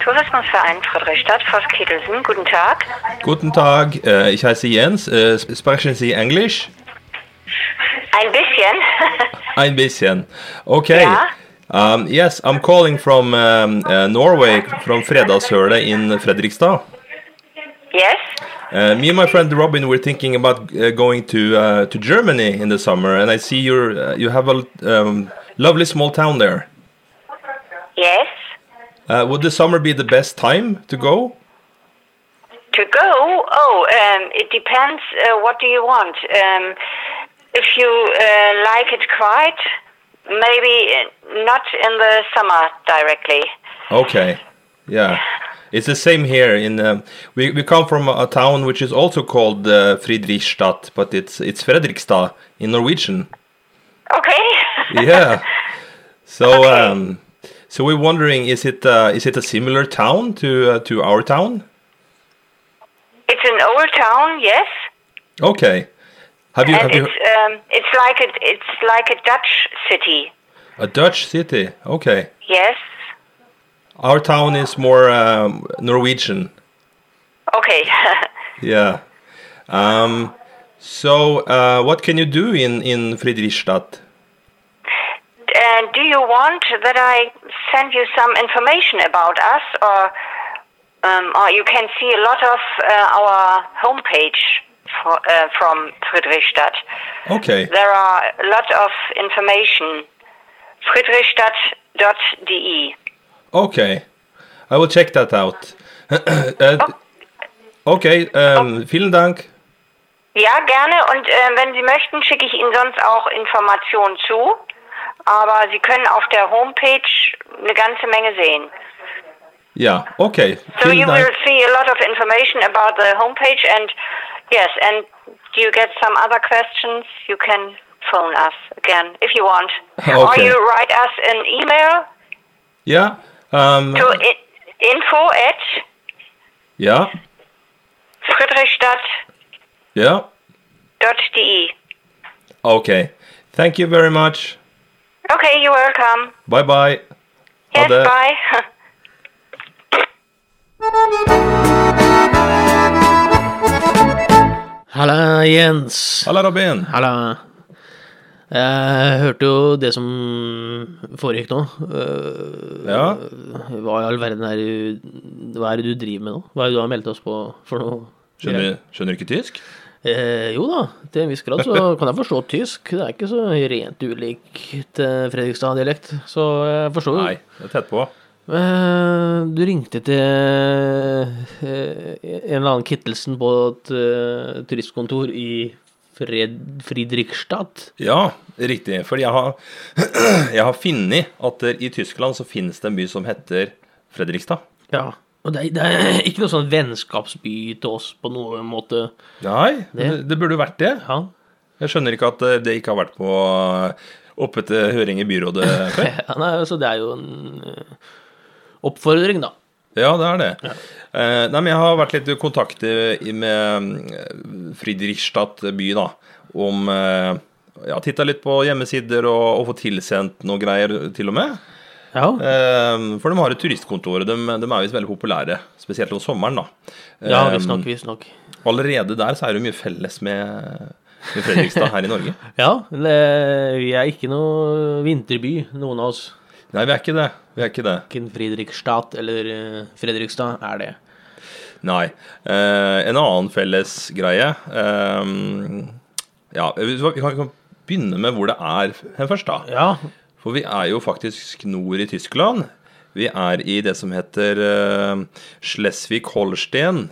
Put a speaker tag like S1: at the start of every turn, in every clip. S1: Verkehrsverein Friedrichstadt, Voskedelsen. Guten Tag.
S2: Guten Tag, äh, ich heiße Jens. Äh, sprechen Sie Englisch?
S1: Ein bisschen.
S2: Ein bisschen. Okay.
S1: Ja.
S2: Um, yes, I'm calling from um, uh, Norway, from Fredagshølet in Fredrikstad.
S1: yes.
S2: Uh, me and my friend Robin were thinking about uh, going to uh, to Germany in the summer, and I see you uh, you have a um, lovely small town there.
S1: Yes.
S2: Uh, would the summer be the best time to go?
S1: To go? Oh, um, it depends. Uh, what do you want? Um, if you uh, like it quiet, maybe uh, not in the summer directly.
S2: Okay, yeah, it's the same here. In um, we we come from a, a town which is also called uh, Friedrichstadt, but it's it's Fredrikstad in Norwegian.
S1: Okay.
S2: Yeah. So um, so we're wondering, is it uh, is it a similar town to uh, to our town?
S1: it's an old town, yes.
S2: Okay. Have you
S1: And
S2: have you
S1: it's um, it's like a it's like a Dutch city.
S2: a Dutch city? Okay.
S1: Yes.
S2: Our town is more um, Norwegian.
S1: Okay.
S2: Yeah. Um, so uh, what can you do in in Friedrichstadt?
S1: and do you want that I send you some information about us, or um, or you can see a lot of uh, our homepage for, uh, from Friedrichstadt.
S2: Okay.
S1: There are a lot of information. Friedrichstadt.de.
S2: Okay. I will check that out. Äh, okay. Ähm, vielen Dank.
S1: Ja, gerne. Und äh, wenn Sie möchten, schicke ich Ihnen sonst auch Informationen zu. Aber Sie können auf der Homepage eine ganze Menge sehen.
S2: Ja. Okay.
S1: So
S2: Vielen
S1: you
S2: Dank.
S1: will see a lot of information about the homepage and yes, and do you get some other questions? You can phone us again if you want. Or
S2: Okay.
S1: you write us an email
S2: Ja. Ähm,
S1: to i- info at
S2: ja.
S1: friedrichstadt.de.
S2: Ja.
S1: e.
S2: Okay. Thank you very much.
S1: Okay, you're welcome.
S2: Bye bye.
S1: Yes,
S2: Other-
S1: bye.
S3: Halla, Jens.
S2: Halla, Robin.
S3: Halla. Jeg hørte jo det som foregikk nå. Eh,
S2: Ja.
S3: Hva i all verden er det Hva er det du driver med nå? Hva er det du har meldt oss på for noe?
S2: Skjønner, skjønner du ikke tysk?
S3: Eh, jo da, til en viss grad så kan jeg forstå tysk. Det er ikke så rent ulikt eh, Fredrikstad-dialekt, så jeg forstår jo.
S2: Nei, det er tett på.
S3: Eh, Du ringte til eh, en eller annen Kittelsen på et eh, turistkontor i Fred Friedrichstadt.
S2: Ja, riktig. For jeg har, jeg har funnet at der i Tyskland så finnes det en by som heter Fredrikstad.
S3: Ja. Og det er, det er ikke noe sånn vennskapsby til oss på noen måte.
S2: Nei, det, det burde jo vært det.
S3: Ja.
S2: Jeg skjønner ikke at eh, det ikke har vært på eh, oppe til høring i byrådet før.
S3: ja nei, altså det er jo en eh, oppfordring, da.
S2: Ja, det er det. Eh, Nei, men jeg har vært litt i kontakt i- med eh, Friedrichstadt by, da, om eh, ja, Titta litt på hjemmesider og, og fått tilsendt noe greier, til og med.
S3: Ja.
S2: Eh, For de har et turistkontor, og de, de er visst veldig populære. Spesielt om sommeren, da.
S3: Ja,
S2: Eh,
S3: visstnok, visstnok.
S2: Allerede der så er det jo mye felles med, med Fredrikstad her i Norge.
S3: Ja, det- eh, vi er ikke noe vinterby, noen av oss.
S2: Nei, vi er ikke det. Vi er ikke det.
S3: Verken Friedrichstadt eller eh, Fredrikstad er det.
S2: Nei. Eh, en annen felles greie eh, Ja, vi kan, vi kan begynne med hvor det er hen først, da.
S3: Ja,
S2: For vi er jo faktisk nord i Tyskland. Vi er i det som heter eh, Schleswig-Holstein.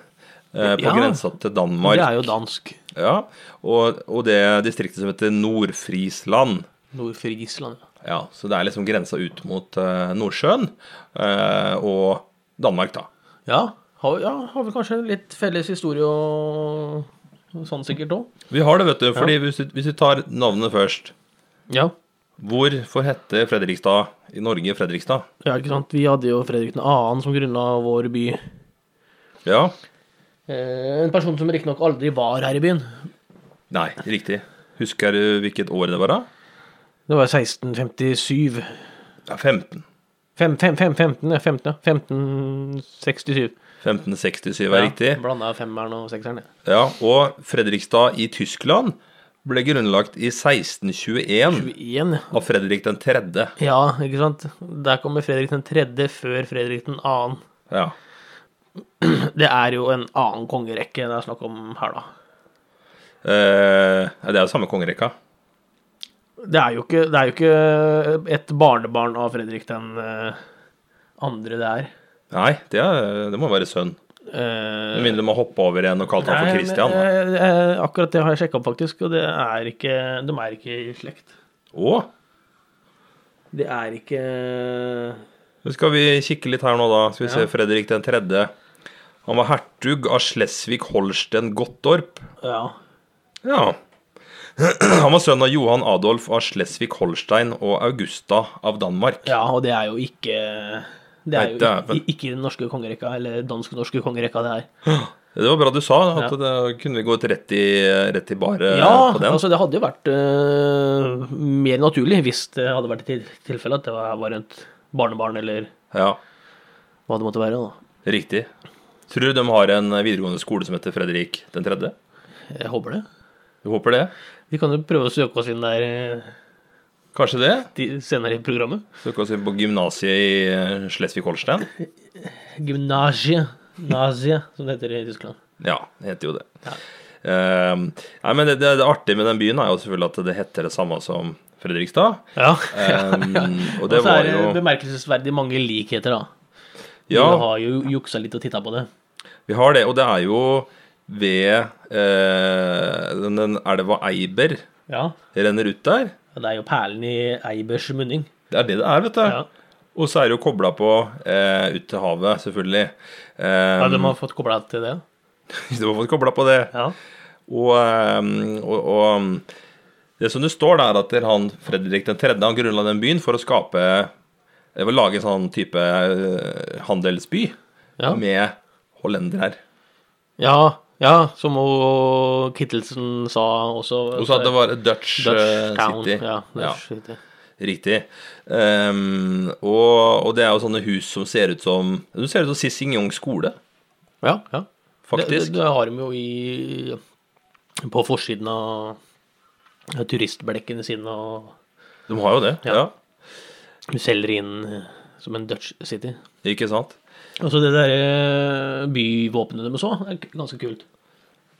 S2: eh, på
S3: Ja.
S2: grensa til Danmark.
S3: det er jo dansk.
S2: Ja, og, og det distriktet som heter Nord-Frisland.
S3: Nord-Friesland. ja.
S2: Ja, så det er liksom grensa ut mot eh, Nordsjøen eh, og Danmark, da.
S3: Ja, har, ja, har vi kanskje litt felles historie og og sånn sikkert òg?
S2: Vi har det, vet du. fordi hvis, du- hvis vi tar navnet først
S3: Ja.
S2: Hvorfor hette Fredrikstad i Norge Fredrikstad?
S3: ja, ikke sant. Vi hadde jo Fredrik 2. som grunnla vår by.
S2: Ja.
S3: Eh, en person som riktignok aldri var her i byen.
S2: Nei, riktig. Husker du hvilket år det var, da?
S3: Det var 1657.
S2: Ja, 15.
S3: Fem, fem, fem, 15, ja, 15, ja. 1567.
S2: 1567 er riktig.
S3: Blanda femmeren og sekseren. ja.
S2: Ja, og Fredrikstad i Tyskland ble grunnlagt i 1621
S3: 21, ja.
S2: av Fredrik den tredje.
S3: ja, ikke sant. Der kommer Fredrik den tredje før Fredrik den annen.
S2: Ja.
S3: Det er jo en annen kongerekke det er snakk om her, da.
S2: Eh, det er jo samme kongerekka.
S3: Det er jo ikke, det er jo ikke et barnebarn av Fredrik den eh, andre det er.
S2: Nei, det, er, det må være sønn.
S3: Eh,
S2: Med mindre de har hoppa over en og kalt han for
S3: nei,
S2: Christian. da.
S3: men, eh, eh, akkurat det har jeg sjekka opp, faktisk, og det er ikke, de er ikke i slekt.
S2: Å,
S3: Det er ikke
S2: nå skal vi kikke litt her nå, da. Skal vi se
S3: Ja.
S2: Fredrik den tredje. Han var hertug av Slesvig-Holsten-Gottorp.
S3: Ja.
S2: Ja. Han var sønn av Johan Adolf av Slesvig-Holstein og Augusta av Danmark.
S3: ja, og det er jo ikke Det
S2: Nei,
S3: er jo
S2: dæven.
S3: ikke, ikke den norske kongerekka, eller dansk-norske kongerekka, det her.
S2: Det var bra du sa, at det kunne vi gått rett i, rett i bare
S3: Ja,
S2: Eh, på den.
S3: altså det hadde jo vært eh, mer naturlig hvis det hadde vært et til- tilfelle at det var var et barnebarn, eller
S2: Ja,
S3: hva det måtte være, da.
S2: riktig. Tror du de har en videregående skole som heter Fredrik den tredje?
S3: Jeg håper det.
S2: Du håper det?
S3: Vi kan jo prøve å søke oss inn der eh,
S2: Kanskje det?
S3: ti- senere i programmet.
S2: Søker oss inn på gymnasiet i eh, Slesvig-Holstein.
S3: Gymnasie, Nasie, som det heter i Tyskland.
S2: Ja, det heter jo det. Eh, nei, men det, det, det artige med den byen er jo selvfølgelig at det heter det samme som Fredrikstad.
S3: Ja.
S2: Eh, og
S3: Og
S2: det
S3: så
S2: var
S3: er det
S2: jo
S3: bemerkelsesverdig mange likheter, da.
S2: Ja.
S3: Du har jo juksa litt og titta på det.
S2: Vi har det, og det er jo ved eh, den, den elva Eiber
S3: Ja.
S2: renner ut der.
S3: Og Det er jo perlen i Eibers munning.
S2: Det er det det er, vet du.
S3: Ja.
S2: Og så er det jo kobla på eh, ut til havet, selvfølgelig. Eh,
S3: Ja, de har fått kobla til det.
S2: Du har fått kobla på det.
S3: Ja.
S2: Og, eh, og, og det som det står der, er at det er han Fredrik 3. han grunnla den byen for å skape eh, å Lage en sånn type eh, handelsby
S3: Ja.
S2: med hollendere her.
S3: ja. ja, som o- Kittelsen sa også.
S2: Og så at det var et Dutch, eh,
S3: Dutch Town.
S2: City.
S3: Ja, Dutch City.
S2: Riktig. Ehm, og, og det er jo sånne hus som ser ut som Du ser ut som Sissing Jungs skole,
S3: ja. ja.
S2: faktisk.
S3: Det, det, det har de jo i På forsiden av turistblekkene sine og
S2: De har jo det, ja.
S3: Ja. selger inn eh, som en Dutch City.
S2: Ikke sant?
S3: Altså det der eh, byvåpenet de så, er k- ganske kult.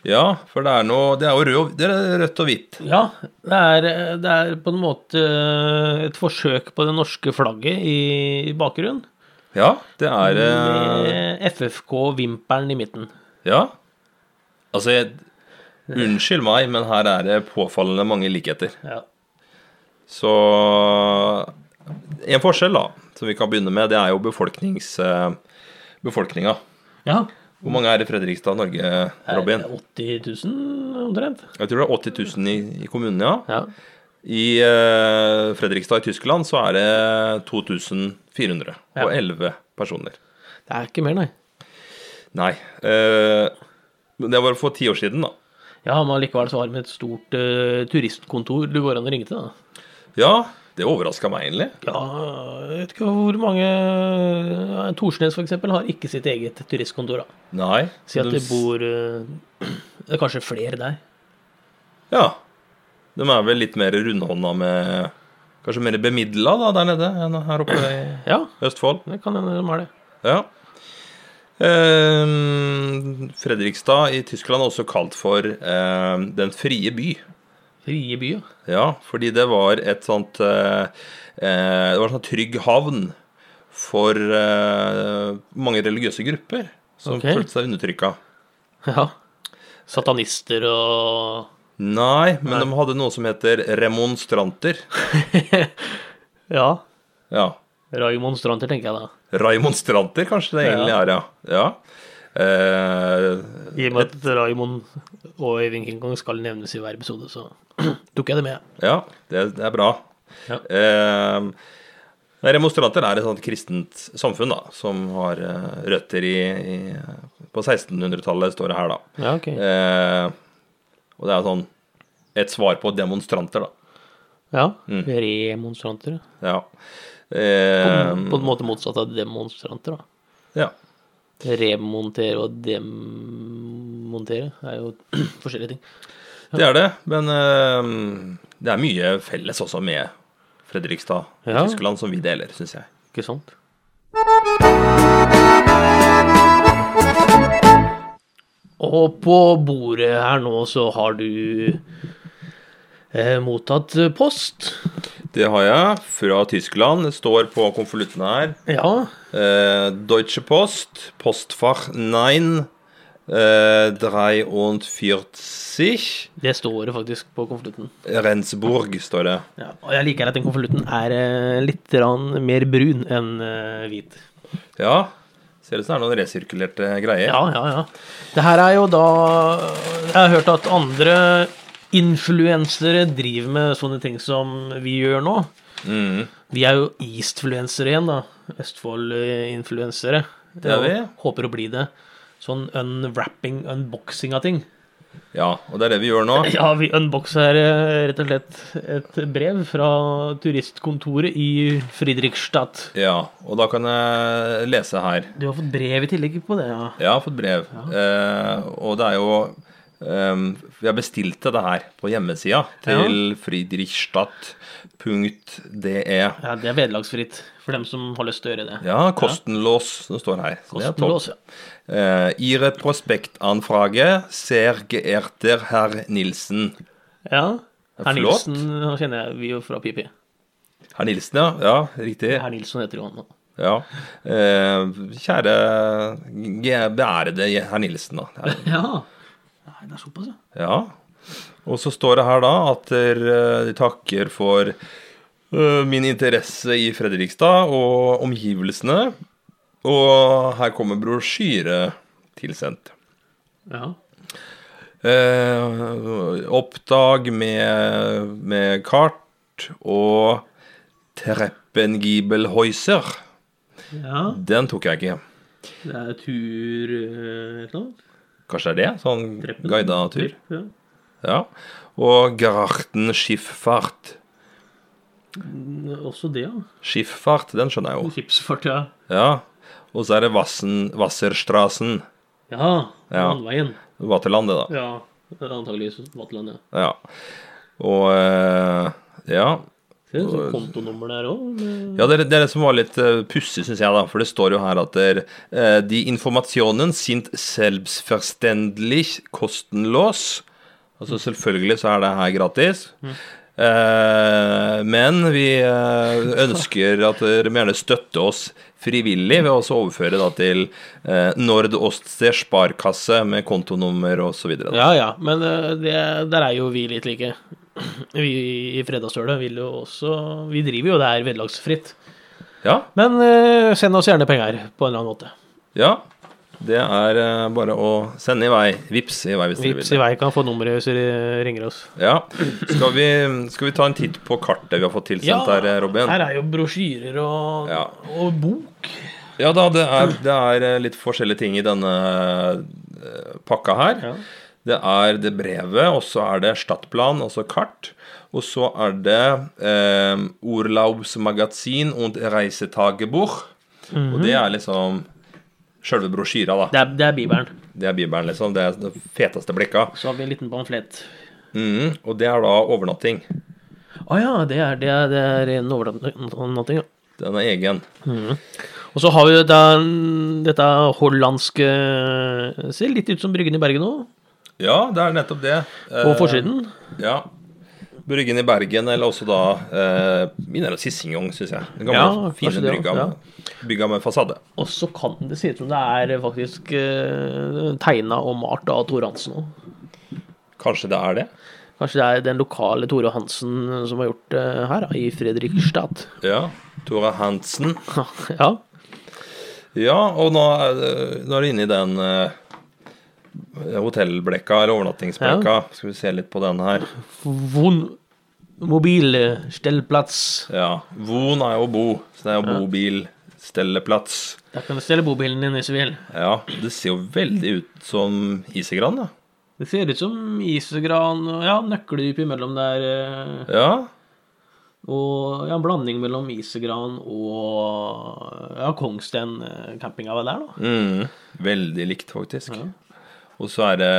S2: Ja, for det er noe Det er jo rød, og- det er rødt og hvitt.
S3: Ja, det er, eh, det er på en måte eh, et forsøk på det norske flagget i, i bakgrunnen.
S2: Ja, det er eh,
S3: Med FFK-vimpelen i midten.
S2: Ja. Altså, jeg, unnskyld meg, men her er det påfallende mange likheter.
S3: Ja.
S2: Så En forskjell, da, som vi kan begynne med, det er jo befolknings... eh, befolkninga.
S3: ja.
S2: Hvor mange er i Fredrikstad, Norge,
S3: Er
S2: Robin?
S3: det 80 000 omtrent.
S2: Jeg tror det er 80 000 i, i kommunen, ja.
S3: Ja.
S2: I eh, Fredrikstad i Tyskland så er det 2411
S3: Ja.
S2: personer.
S3: Det er ikke mer, nei.
S2: Nei. eh, men det var for ti år siden, da.
S3: Ja, men likevel så har vi et stort eh, turistkontor du går an å ringe til, da.
S2: Ja, det overraska meg egentlig.
S3: Ja, jeg vet ikke hvor mange ja, Torsnes f.eks. har ikke sitt eget turistkontor. da.
S2: Nei.
S3: Si at
S2: de
S3: det
S2: s-
S3: bor eh, Det er kanskje flere der.
S2: Ja. De er vel litt mer rundhånda med Kanskje mer bemidla da, der nede enn her oppe i
S3: Ja,
S2: Østfold.
S3: det kan hende de har det.
S2: Ja. Eh, Fredrikstad i Tyskland er også kalt for eh, Den frie by.
S3: Frie by, ja.
S2: Ja, fordi det var et sånt eh, eh, Det var en sånn trygg havn for eh, mange religiøse grupper som
S3: Ok.
S2: følte seg undertrykka.
S3: ja. Satanister og
S2: Nei, men de hadde noe som heter remonstranter.
S3: Ja.
S2: Ja.
S3: Raimonstranter, tenker jeg da.
S2: Raimonstranter, kanskje det egentlig
S3: Ja.
S2: er, ja. ja. Eh,
S3: I og med at Raimond og Øyvind King Kong skal nevnes i hver episode, så tok jeg det med.
S2: ja, det, det er bra.
S3: Ja.
S2: Eh, remonstranter er et sånt kristent samfunn da, som har eh, røtter i, i På 1600-tallet står det her, da.
S3: Ja, ok.
S2: Eh, og det er jo sånn et svar på demonstranter, da.
S3: Ja. Remonstranter. ja.
S2: Ja.
S3: På,
S2: Eh,
S3: på en måte motsatt av demonstranter, da.
S2: ja.
S3: Remontere og demontere er jo forskjellige ting.
S2: Det er det, men eh, det er mye felles også med Fredrikstad og
S3: Ja.
S2: Tyskland som vi deler, syns jeg.
S3: Ikke sant? Og på bordet her nå så har du eh, mottatt eh, post.
S2: Det har jeg fra Tyskland. Det står på konvolutten her.
S3: Ja.
S2: Eh, Deutsche Post, Postfach 9, eh, 43,
S3: Det står det faktisk på konvolutten.
S2: Rendsburg, står det.
S3: Ja, og jeg liker at den konvolutten er eh, litt grann mer brun enn eh, hvit.
S2: Ja, ser ut som det er noen resirkulerte greier.
S3: Ja, ja, ja. Det her er jo da øh, Jeg har hørt at andre influensere driver med sånne ting som vi gjør nå.
S2: Mm.
S3: Vi er jo eastfluensere igjen, da. Østfold-influensere.
S2: Det er vi.
S3: Håper å bli det. Sånn unwrapping, unboxing av ting.
S2: ja, og det er det vi gjør nå.
S3: Ja, vi unboxer eh, rett og slett et brev fra turistkontoret i Friedrichstadt.
S2: Ja, og da kan jeg lese her.
S3: Du har fått brev i tillegg på det, ja.
S2: Jeg har fått brev, eh, og det er jo eh, Vi har bestilt det her på hjemmesida til friedrichstadt.de.
S3: Ja, Det er vederlagsfritt for dem som har lyst til å gjøre det.
S2: Ja, kostenlås, det står her. Så det er topp.
S3: Kostenløs, ja.
S2: Eh, ihre Prospektanfrage sehr geehrter Herr Nilsen.
S3: ja.
S2: Det er
S3: Herr
S2: flott.
S3: Nilsen kjenner jeg vi jo fra PP.
S2: Herr Nilsen, ja. Ja, riktig.
S3: Herr Nilsson heter jo han nå.
S2: Ja. Eh, kjære ge- beærede herr Nilsen, da. Ja.
S3: Ja. Nei, det er såpass, ja.
S2: ja. Og så står det her da at eh, de takker for eh, min interesse i Fredrikstad og omgivelsene. Og her kommer brosjyre tilsendt.
S3: ja.
S2: Eh, oppdag med, med kart og Treppengiebelhäuser.
S3: Ja,
S2: Den tok jeg ikke.
S3: det er tur eh, et eller annet.
S2: Kanskje det er det? Sånn
S3: Treppen.
S2: guida tur.
S3: Ja.
S2: Ja. Og Garten Schifffart.
S3: Mm, Også det, ja.
S2: Schifffart, den skjønner jeg jo.
S3: Skipsfart, ja.
S2: Ja. Og så er det Vassen, Wasserstrassen.
S3: Ja,
S2: Ja.
S3: landveien.
S2: Vaterland, det, da.
S3: Ja, antageligvis Vatland, ja.
S2: Ja. Og eh, Ja.
S3: Det er sånn kontonummer der òg.
S2: Ja, det er det, er det som var litt eh, pussig, syns jeg, da. For det står jo her at der, eh, de informasjonen sind selbstverständlich kostenlos. Altså selvfølgelig så er det her gratis. Eh, men vi eh, ønsker at dere må gjerne støtte oss frivillig ved å også overføre da til eh, Nord-Ostsee sparkasse med kontonummer og så videre.
S3: Ja ja, men eh, det, der er jo vi litt like. Vi i Fredagsølet vil jo også Vi driver jo det her vederlagsfritt.
S2: Ja,
S3: Men eh, send oss gjerne penger på en eller annen måte.
S2: ja. Det er eh, bare å sende i vei. Vips i vei hvis dere vil.
S3: Vips i vei kan få nummeret hvis dere ringer oss.
S2: Ja. Skal vi, skal vi ta en titt på kartet vi har fått tilsendt her, Robin?
S3: her er jo brosjyrer og,
S2: Ja.
S3: og bok.
S2: Ja da, det er, det er eh, litt forskjellige ting i denne eh, pakka her.
S3: Ja.
S2: Det er det brevet, og så er det Stadtplan, altså kart. Og så er det eh, Urlaubsmagasin und Reisetagebuch.
S3: Mhm.
S2: Og det er liksom sjølve brosjyra, da.
S3: Det er, det er Bibelen.
S2: Det er bibelen, liksom. Det er det feteste blikka.
S3: Så har vi en liten pamflett.
S2: Mhm, og det er da overnatting.
S3: Å ja, det er, det er, det er en overnatting, ja.
S2: Den er egen.
S3: Og så har vi jo den, dette hollandske Ser litt ut som Bryggen i Bergen òg,
S2: Ja, det er nettopp det.
S3: på
S2: Eh,
S3: forsiden.
S2: Ja. Bryggen i Bergen, eller også da eh, Minner om Sissingong, syns jeg. Den gamle,
S3: Ja,
S2: fine
S3: kanskje det,
S2: brygga
S3: ja.
S2: med, bygga med fasade.
S3: Og så kan det se ut som det er faktisk uh, tegna og malt av Tore Hansen òg.
S2: Kanskje det er det?
S3: Kanskje det er den lokale Tore Hansen som har gjort det her, da, i Fredrikstad.
S2: Ja. Tora Hansen.
S3: ja.
S2: Ja, og nå er, det- nå er det inne i den eh, hotellblekka, eller overnattingsblekka. Skal vi se litt på den her.
S3: Von mobil stellplass.
S2: Ja. Von er jo bo, så det er jo bobilstelleplass.
S3: Der kan du stelle bobilen din hvis du vil.
S2: Ja, det ser jo veldig ut som Isegran, da.
S3: Det ser ut som isegran og ja, nøkkeldyp imellom der. eh.
S2: Ja.
S3: Og ja, en blanding mellom Isegran og ja, eh, Kongsten-campinga der, da.
S2: Mm, veldig likt, faktisk. Og så er det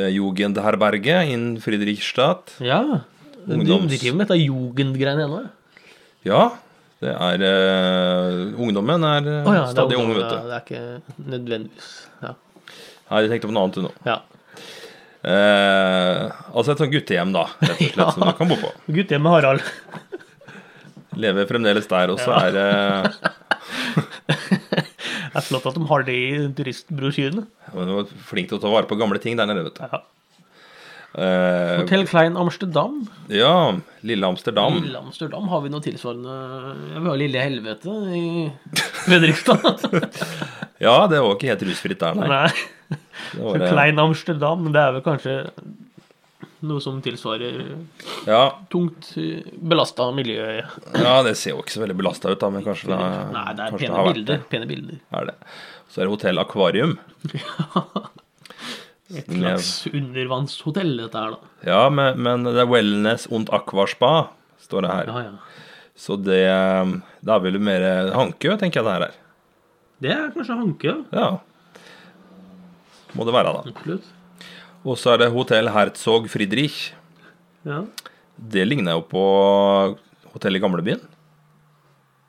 S2: eh, Jugendherberget in Friedrichstadt.
S3: Ja. Du
S2: Ungdoms-
S3: de driver med dette jugendgreiene ennå? ja.
S2: Ja, det er eh, Ungdommen er eh,
S3: Å ja, det er
S2: stadig
S3: ungdom,
S2: ung, vet
S3: ja,
S2: du.
S3: Det er ikke nødvendigvis Ja.
S2: Nei, jeg tenkte på noe annet nå.
S3: ja.
S2: Eh, altså et sånt guttehjem, da, rett og slett,
S3: Ja.
S2: som du kan bo på.
S3: Guttehjemmet Harald.
S2: Lever fremdeles der, og så er eh, det
S3: Det er flott at de har det i turistbrosjyrene.
S2: Men Du var flink til å ta vare på gamle ting der nede, vet du.
S3: Ja.
S2: Eh,
S3: Hotell Klein Amsterdam.
S2: ja, Lille Amsterdam.
S3: Lille Amsterdam har vi noe tilsvarende ja, Vi har Lille Helvete i Fredrikstad.
S2: Ja, det var ikke helt rusfritt der, nei.
S3: Nei.
S2: Det
S3: Så
S2: var, det.
S3: Klein Amsterdam, det er vel kanskje noe som tilsvarer
S2: ja,
S3: tungt belasta miljø.
S2: ja, det ser jo ikke så veldig belasta ut, da, men kanskje det,
S3: Nei, det er
S2: kanskje
S3: pene
S2: har vært
S3: bilder. Pene bilder.
S2: Er det. Så er det Hotell Akvarium.
S3: Et slags undervannshotell, dette her, da.
S2: Ja, men, men det er Wellness und Aquaspa, står det her.
S3: Ja, ja.
S2: Så det eh, Det er vel mer Hankø, tenker jeg det her er.
S3: Det er kanskje Hankø.
S2: Ja. Må det være, da.
S3: Absolutt.
S2: Og så er det Hotell Herzog Friedrich.
S3: Ja.
S2: Det ligner jo på hotellet i gamlebyen.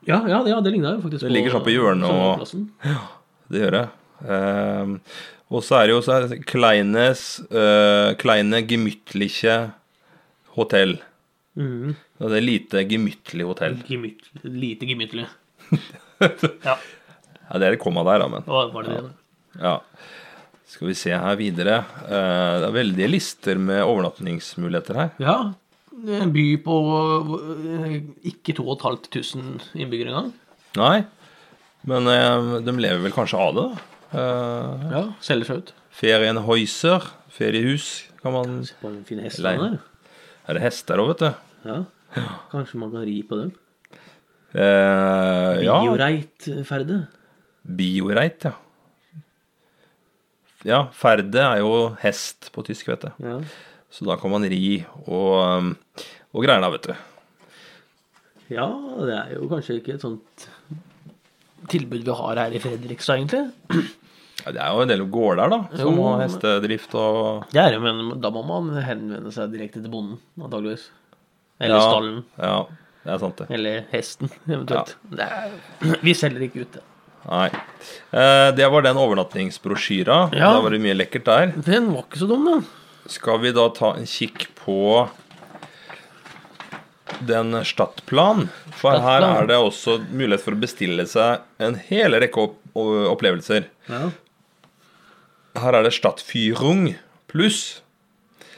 S3: Ja, ja, ja, det ligner jo faktisk
S2: Det ligger sånn på hjørnet og-
S3: Sommerplassen.
S2: Det gjør det. Ehm, og så er det jo så er det Kleines eh, Kleine Gemütliche Hotell.
S3: Mhm.
S2: Ja, Det er lite gemyttlig hotell.
S3: Gemytt- Lite gemyttlig. ja,
S2: Ja, det er et komma der, da, men
S3: hva var det det?
S2: ja. Skal vi se her videre. Eh, det er veldige lister med overnattingsmuligheter her.
S3: Ja. En by på eh, ikke 2500 innbyggere engang.
S2: Nei, men eh, de lever vel kanskje av det, da. Eh,
S3: Ja, selger seg ut.
S2: Ferienhäuser, feriehus, kan man
S3: På den fine
S2: Lei.
S3: hestene der.
S2: Er det hester òg, vet du?
S3: Ja. Kanskje man kan ri på dem.
S2: Eh, ja.
S3: Bioreitferde.
S2: Bioreit, ja. Ja, ferde er jo hest på tysk, vet du.
S3: Ja.
S2: Så da kan man ri og, um, og greier da, vet du.
S3: ja, det er jo kanskje ikke et sånt tilbud vi har her i Fredrikstad, egentlig.
S2: Ja, det er jo en del gårder, da, som
S3: Jo,
S2: har
S3: men-
S2: hestedrift og
S3: Det er det, men da må man henvende seg direkte til bonden, antageligvis. Eller
S2: ja,
S3: stallen.
S2: Ja, det er sant, det.
S3: Eller hesten, eventuelt. Det er, vi selger ikke ut det.
S2: Nei. Eh, det var den overnattingsbrosjyra.
S3: Ja.
S2: Da var det mye lekkert der.
S3: Den var ikke så dum, da.
S2: Skal vi da ta en kikk på den Stadtplan? For her
S3: Stadtplan.
S2: er det også mulighet for å bestille seg en hel rekke opp opplevelser.
S3: Ja.
S2: Her er det Stadtführung pluss.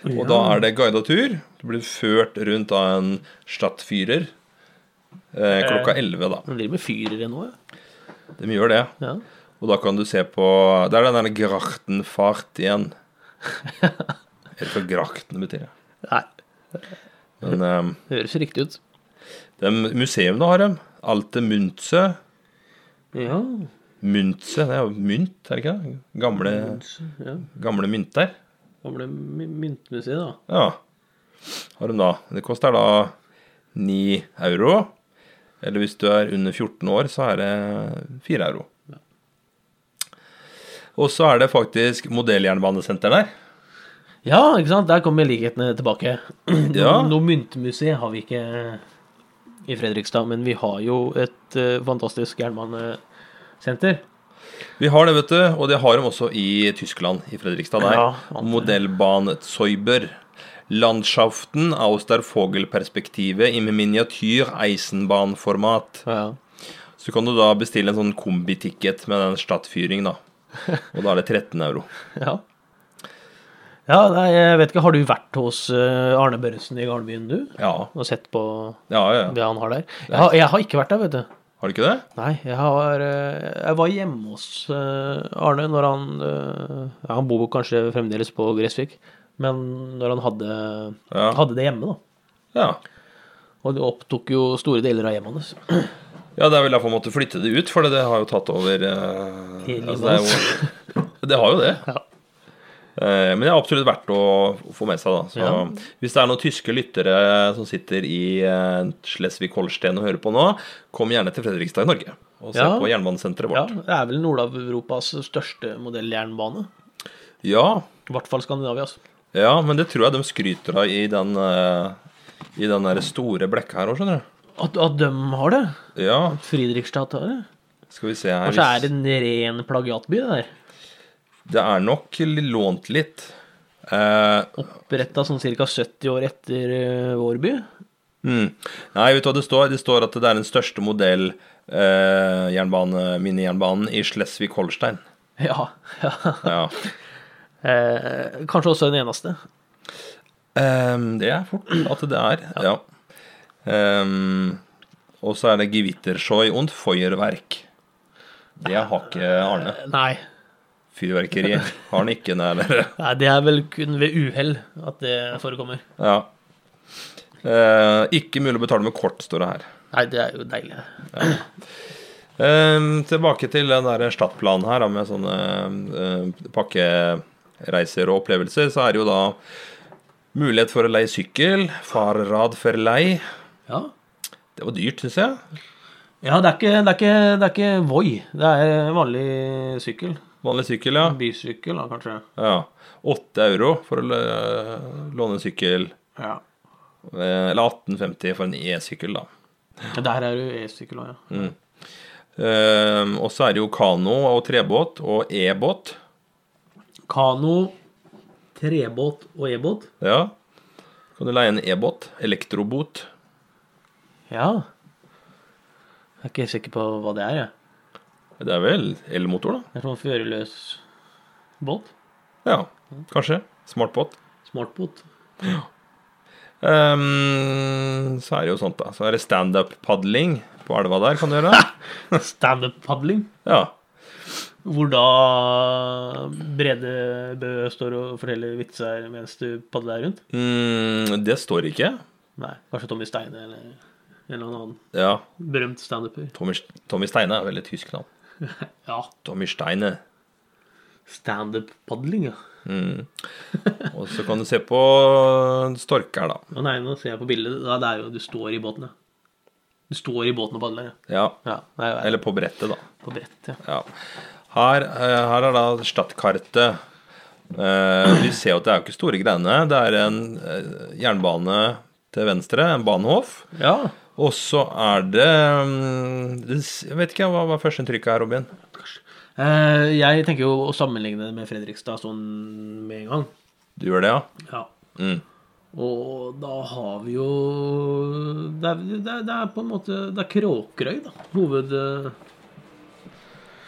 S2: Og da er det guida tur. Du blir ført rundt av en Stadtfyrer eh, klokka 11, da.
S3: Den driver med fyrere nå, ja.
S2: De gjør det.
S3: ja.
S2: Og da kan du se på Det er den der Grachtenfart igjen. Jeg vet ikke hva Grachten betyr. jeg.
S3: Nei,
S2: Men eh,
S3: det høres riktig ut.
S2: det er museum da har de. Alte Munze.
S3: Ja.
S2: Munze, det er jo mynt, er det ikke det? Gamle,
S3: ja.
S2: gamle mynter.
S3: Gamle my- myntmuseet, da.
S2: Ja. Har de da. Det koster da 9 euro. Eller hvis du er under 14 år, så er det 4 euro. Og så er det faktisk modelljernbanesenter der.
S3: Ja, ikke sant? Der kommer likhetene tilbake.
S2: Ja.
S3: Noe myntmuseum har vi ikke i Fredrikstad, men vi har jo et eh, fantastisk jernbanesenter.
S2: Vi har det, vet du, og det har de også i Tyskland, i Fredrikstad der.
S3: Ja, vant det.
S2: Modellbane Zeuber. Landschaften aus der Vogelperspektive im Miniatyr Eisenbahnformat.
S3: Ja.
S2: Så kan du da bestille en sånn kombiticket med den Stadtfyring, da. Og da er det 13 euro.
S3: Ja. Ja, nei, jeg vet ikke, Har du vært hos eh, Arne Børresen i Garnbyen, du?
S2: Ja,
S3: Og sett på
S2: ja, ja.
S3: det han har der? Jeg har, jeg har ikke vært der, vet du.
S2: Har du ikke det?
S3: Nei, jeg har eh, Jeg var hjemme hos eh, Arne når han eh, ja, Han bor kanskje fremdeles på Gressvik, men når han hadde,
S2: Ja.
S3: hadde det hjemme, da.
S2: Ja.
S3: Og det opptok jo store deler av hjemmet hans.
S2: Ja, det er vel derfor jeg måtte flytte det ut, for det har jo tatt over eh,
S3: Hele
S2: altså, det, er jo, det har jo det.
S3: Ja.
S2: Eh, Men det er absolutt verdt å få med seg, da. Så
S3: Ja.
S2: hvis det er noen tyske lyttere som sitter i eh, Schleswig-Holstein og hører på nå, kom gjerne til Fredrikstad i Norge og se
S3: Ja.
S2: på jernbanesenteret
S3: Ja,
S2: vårt.
S3: det er vel Nord-Europas største modelljernbane.
S2: Ja.
S3: I hvert fall Skandinavia, altså.
S2: ja, men det tror jeg de skryter av i den, eh, i den der store blekka her òg, skjønner du.
S3: At, at de har det?
S2: Ja,
S3: Fridrikstad har det?
S2: skal vi se her
S3: Kanskje
S2: hvis-
S3: er det en ren plagiatby, det der?
S2: Det er nok lånt litt. Eh,
S3: Oppretta sånn ca. 70 år etter eh, vår by?
S2: mm. Nei, vet du hva det står? Det står at det er den største modell eh, jernbane, minijernbanen i Schleswig-Holstein.
S3: Ja. ja.
S2: Ja.
S3: Eh, kanskje også den eneste.
S2: Ehm, det er fort at det er, ja. Ehm, og så er det Gewitterscheu und Feuerwerk. Det har ikke Arne.
S3: Nei.
S2: Fyrverkeri har han ikke, nei. eller?
S3: Nei, det er vel kun ved uhell at det forekommer.
S2: Ja. Eh, ikke mulig å betale med kort, står det her.
S3: Nei, det er jo deilig.
S2: Ehm, tilbake til den der Stadplanen her da, med sånne ehm, pakkereiser og opplevelser, så er det jo da mulighet for å leie sykkel. Farrad for lei.
S3: Ja.
S2: Det var dyrt, syns jeg.
S3: Ja, det er ikke, det er ikke, det er ikke Voi. Det er vanlig sykkel.
S2: Vanlig sykkel,
S3: Mm.
S2: ja.
S3: Bysykkel, da, kanskje.
S2: ja. 8 euro for å lø- låne en sykkel.
S3: Ja.
S2: Eh, Eller 18,50 for en e-sykkel, da.
S3: Der er jo e-sykkel òg, ja.
S2: Ehm, og så er det jo kano og trebåt og e-båt.
S3: Kano, trebåt og e-båt.
S2: Ja. Kan du leie en e-båt? Elektrobot.
S3: Ja. Jeg er ikke sikker på hva det er, jeg.
S2: Det er vel elmotor, da?
S3: Det er sånn førerløs båt.
S2: Ja, kanskje. Smart båt.
S3: Smartbåt.
S2: Ehm, så er det jo sånt, da. Så er det standup-padling på elva der, kan du gjøre.
S3: Standup-padling.
S2: Ja.
S3: Hvor da Brede Bø står og forteller vitser mens du padler rundt.
S2: Mm, det står ikke.
S3: Nei, kanskje Tommy Steine eller en eller annen
S2: Ja.
S3: berømt standuper.
S2: Tommy, Tommy Steine er veldig tysk navn.
S3: Ja.
S2: Tommy Steine.
S3: Standup-padling, ja.
S2: Og så kan du se på storker, da.
S3: Å nei, nå ser jeg på bildet. Nei, det er jo du står i båten, ja. Du står i båten og padler, ja.
S2: Ja.
S3: ja nei, jeg er
S2: Eller på brettet, da.
S3: på brett, ja.
S2: Ja. Her, eh, her er da Stadkartet. Eh, vi ser jo at det er jo ikke store greiene. Det er en eh, jernbane til venstre, en banehof.
S3: Ja.
S2: Og så er det, mm, det s- Jeg vet ikke, hva var førsteinntrykket her, Robin?
S3: Eh, jeg tenker jo å sammenligne det med Fredrikstad sånn med en gang.
S2: Du gjør det, ja?
S3: Ja.
S2: Mm.
S3: Og da har vi jo Det er, det er, det er på en måte Det er Kråkerøy, da. Hoved...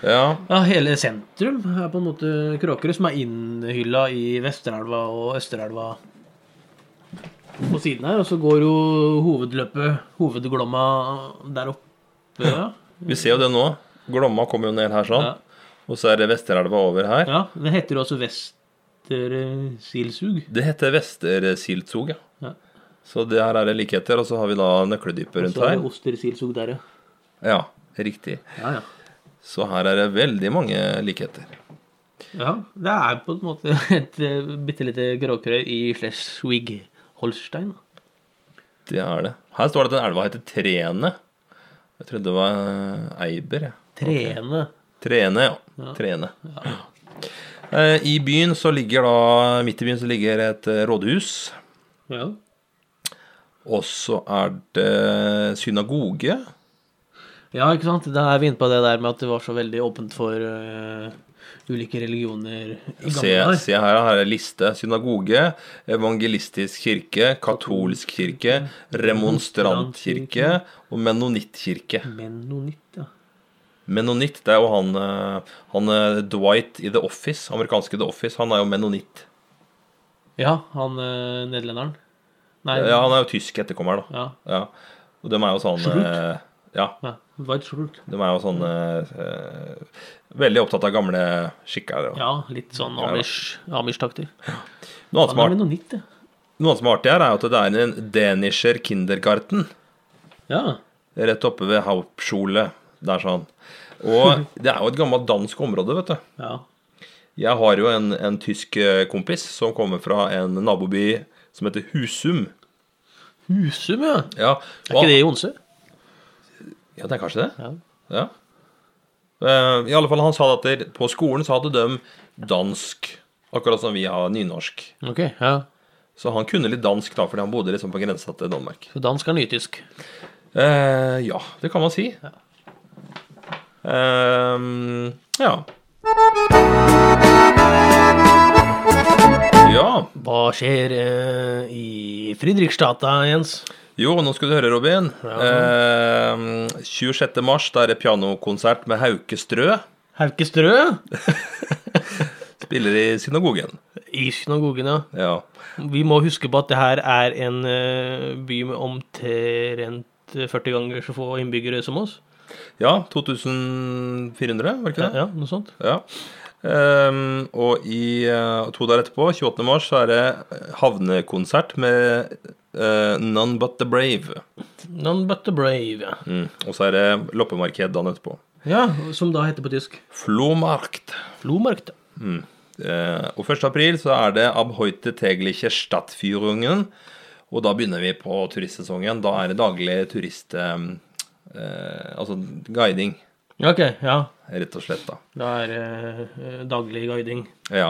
S2: Ja,
S3: Ja, hele sentrum er på en måte Kråkerøy, som er innhylla i Vesterelva og Østerelva på siden her. Og så går jo hovedløpet, hovedglomma, der oppe. Ja.
S2: vi ser jo det nå. Glomma kommer jo ned her sånn.
S3: Ja.
S2: Og så er det Vesterelva over her.
S3: ja det heter jo også Vestersilsug.
S2: Det heter Vestersildsog, ja.
S3: Ja.
S2: Så det her er det likheter. Og så har vi da nøkkeldypet rundt
S3: Så er
S2: her.
S3: det Ostersilsug der, ja.
S2: Ja, riktig.
S3: Ja, ja.
S2: Så her er det veldig mange likheter.
S3: Ja, det er på en måte et eh, bitte lite gråkrøy i Schleswig-Holstein. da.
S2: Det er det. Her står det at den elva heter Trene. Jeg trodde det var eh, Eiber. jeg.
S3: Trene.
S2: Trene, ja. Trene. Eh, I byen så ligger da Midt i byen så ligger et eh, rådhus.
S3: Ja.
S2: Og så er det synagoge.
S3: ja, ikke sant? Da er vi inne på det der med at det var så veldig åpent for eh, ulike religioner i
S2: Se,
S3: gamle dager.
S2: se her, her er en liste. Synagoge, evangelistisk kirke, katolsk kirke, remonstrantkirke og menonittkirke.
S3: Men noe nytt, ja.
S2: Menonitt, det er jo han, eh, han eh, Dwight i The Office, amerikanske The Office, han er jo menonitt.
S3: Ja, han eh, nederlenderen. Nei,
S2: Ja, han er jo tysk etterkommer, da.
S3: ja.
S2: Ja. Og de er jo sånn
S3: Schult?
S2: eh, Ja,
S3: ja. Det var et skjult.
S2: de er jo sånn eh, eh, Veldig opptatt av gamle skikker. og-
S3: Ja, litt sånn
S2: Ja, da.
S3: Amish- Amish-takter.
S2: Noe annet
S3: Han
S2: som
S3: er
S2: er,
S3: med noe nytt, ja.
S2: noe annet som er artig her, er jo at det er en Danisher Kindergarten
S3: Ja.
S2: rett oppe ved Hauptschule. Det er sånn. Og det er jo et gammelt dansk område, vet du.
S3: ja.
S2: Jeg har jo en, en tysk eh, kompis som kommer fra en naboby som heter Husum.
S3: Husum, ja.
S2: Ja,
S3: Er ikke det i Jonse?
S2: Ja, det er kanskje det.
S3: Ja.
S2: Ja. Eh, I alle fall, han sa at der, på skolen så hadde de dansk, akkurat som vi har nynorsk.
S3: Ok, ja.
S2: Så han kunne litt dansk da, fordi han bodde liksom på grensa til Danmark.
S3: Så dansk er nytysk.
S2: Eh, ja, det kan man si. Ehm, ja. Ja.
S3: Hva skjer eh, i Fridrikstad, da, Jens?
S2: Jo, nå skal du høre, Robin. Ehm, 26. mars, da er det pianokonsert med Hauke Strø.
S3: Haukestrø?
S2: Spiller i synagogen.
S3: I synagogen, ja.
S2: Ja.
S3: Vi må huske på at det her er en eh, by med omtrent 40 ganger så få innbyggere som oss.
S2: Ja, 2400, var det ikke det?
S3: Ja, noe sånt.
S2: Ja. Ehm, og i eh, to dager etterpå, 28. mars, så er det eh, havnekonsert med eh, None But The Brave.
S3: None but the brave, ja.
S2: Mm. Og så er det loppemarked dagen etterpå.
S3: ja som da heter på tysk
S2: Flomarkt.
S3: Flomarkt.
S2: Eh, og 1. april så er det Ab heute tägliche Stadtführungen. Og da begynner vi på turistsesongen. Da er det daglig turist... eh, eh, altså guiding,
S3: Ok, ja.
S2: rett og slett, da.
S3: Det er eh, daglig guiding.
S2: Ja.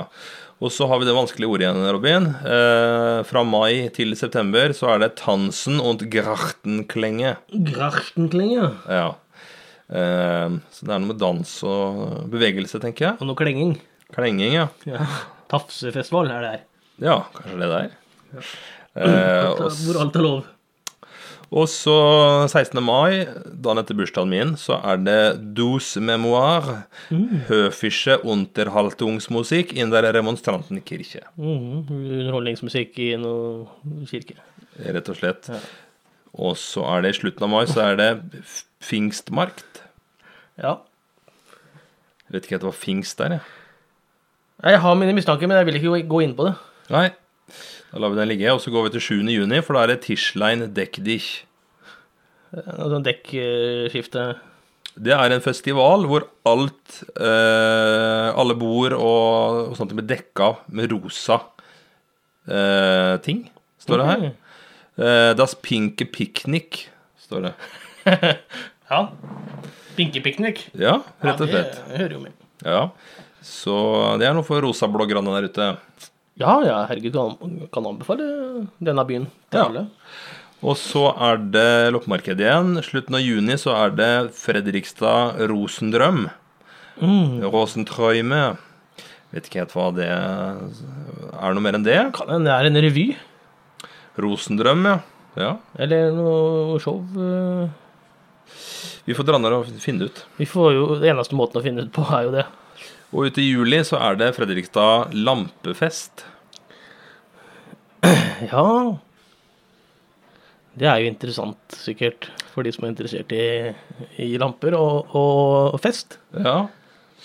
S2: Og så har vi det vanskelige ordet igjen, Robin. Eh, fra mai til september så er det Tansen und Grachtenklenge.
S3: Grachtenklenge.
S2: Ja. Eh, så det er noe med dans og bevegelse, tenker jeg.
S3: Og noe klenging.
S2: Klenging, ja.
S3: Ja. Tafsefestival er det her.
S2: Ja, kanskje det der. Eh, og, s-
S3: Hvor alt er lov.
S2: og så 16. mai, dagen etter bursdagen min, så er det Dus Memoir, Høfische Unterhaltungsmusik in der Remonstrantenkirche.
S3: Mhm, Underholdningsmusikk i noe kirke.
S2: rett og slett. Og så er det i slutten av mai, så er det f- pfingstmarkt.
S3: Ja.
S2: Jeg vet ikke helt hva pfingst er, jeg.
S3: Jeg har mine mistanker, men jeg vil ikke gå inn på det.
S2: Nei. Da lar vi den ligge, og så går vi til 7. juni, for da er det Tischlein Deckdich.
S3: Altså dekkskifte
S2: Det er en festival hvor alt, eh, alle bord og, og sånt blir dekka med rosa eh, ting, står det her.
S3: Mhm.
S2: Eh, das Pinke Picnic, står det.
S3: Ja. Pinkepiknik.
S2: Ja, rett og slett.
S3: Ja, det hører jo med.
S2: Ja. Så det er noe for rosablå-granne der ute.
S3: Ja, ja, herregud, kan, kan anbefale denne byen til
S2: Ja.
S3: alle.
S2: Og så er det loppemarked igjen. Slutten av juni så er det Fredrikstad Rosendrøm. Rosentrøyme. Vet ikke helt hva det er noe mer enn det.
S3: Kan hende det er en revy
S2: Rosendrøm, ja. ja.
S3: eller noe show. eh.
S2: Vi får dra ned og finne ut.
S3: Vi får jo, Det eneste måten å finne ut på, er jo det.
S2: Og ute i juli så er det Fredrikstad Lampefest.
S3: Ja. Det er jo interessant, sikkert, for de som er interessert i, i lamper og, og fest.
S2: Ja.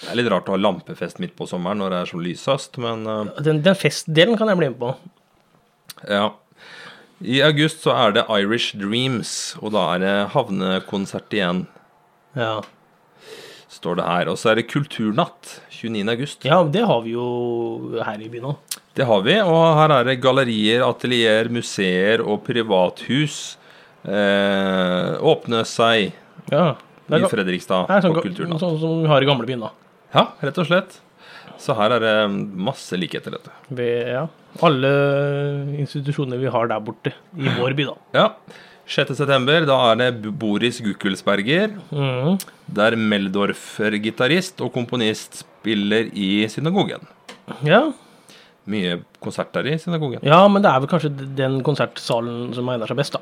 S2: Det er litt rart å ha lampefest midt på sommeren når det er som lysest, men eh,
S3: Den, den festdelen kan jeg bli med på.
S2: Ja. I august så er det Irish Dreams, og da er det havnekonsert igjen,
S3: Ja,
S2: står det her. Og så er det Kulturnatt 29. august.
S3: ja det har vi jo her i byen òg.
S2: Det har vi, og her er det gallerier, atelier, museer og privathus eh, åpne seg
S3: Ja.
S2: i
S3: Det er, ga-
S2: Fredrikstad
S3: det er sånn,
S2: på
S3: ga-
S2: Kulturnatt.
S3: sånn som vi har i gamlebyen, da.
S2: Ja, rett og slett. Så her er det masse likheter, dette.
S3: Vi, ja. Alle institusjoner vi har der borte, i vår by, da.
S2: Ja. 6. september, da er det Boris Gukkelsberger.
S3: Mhm.
S2: der Meldorfer gitarist og komponist spiller i synagogen.
S3: Ja.
S2: Mye konserter i synagogen.
S3: ja, men det er vel kanskje den konsertsalen som egner seg best, da.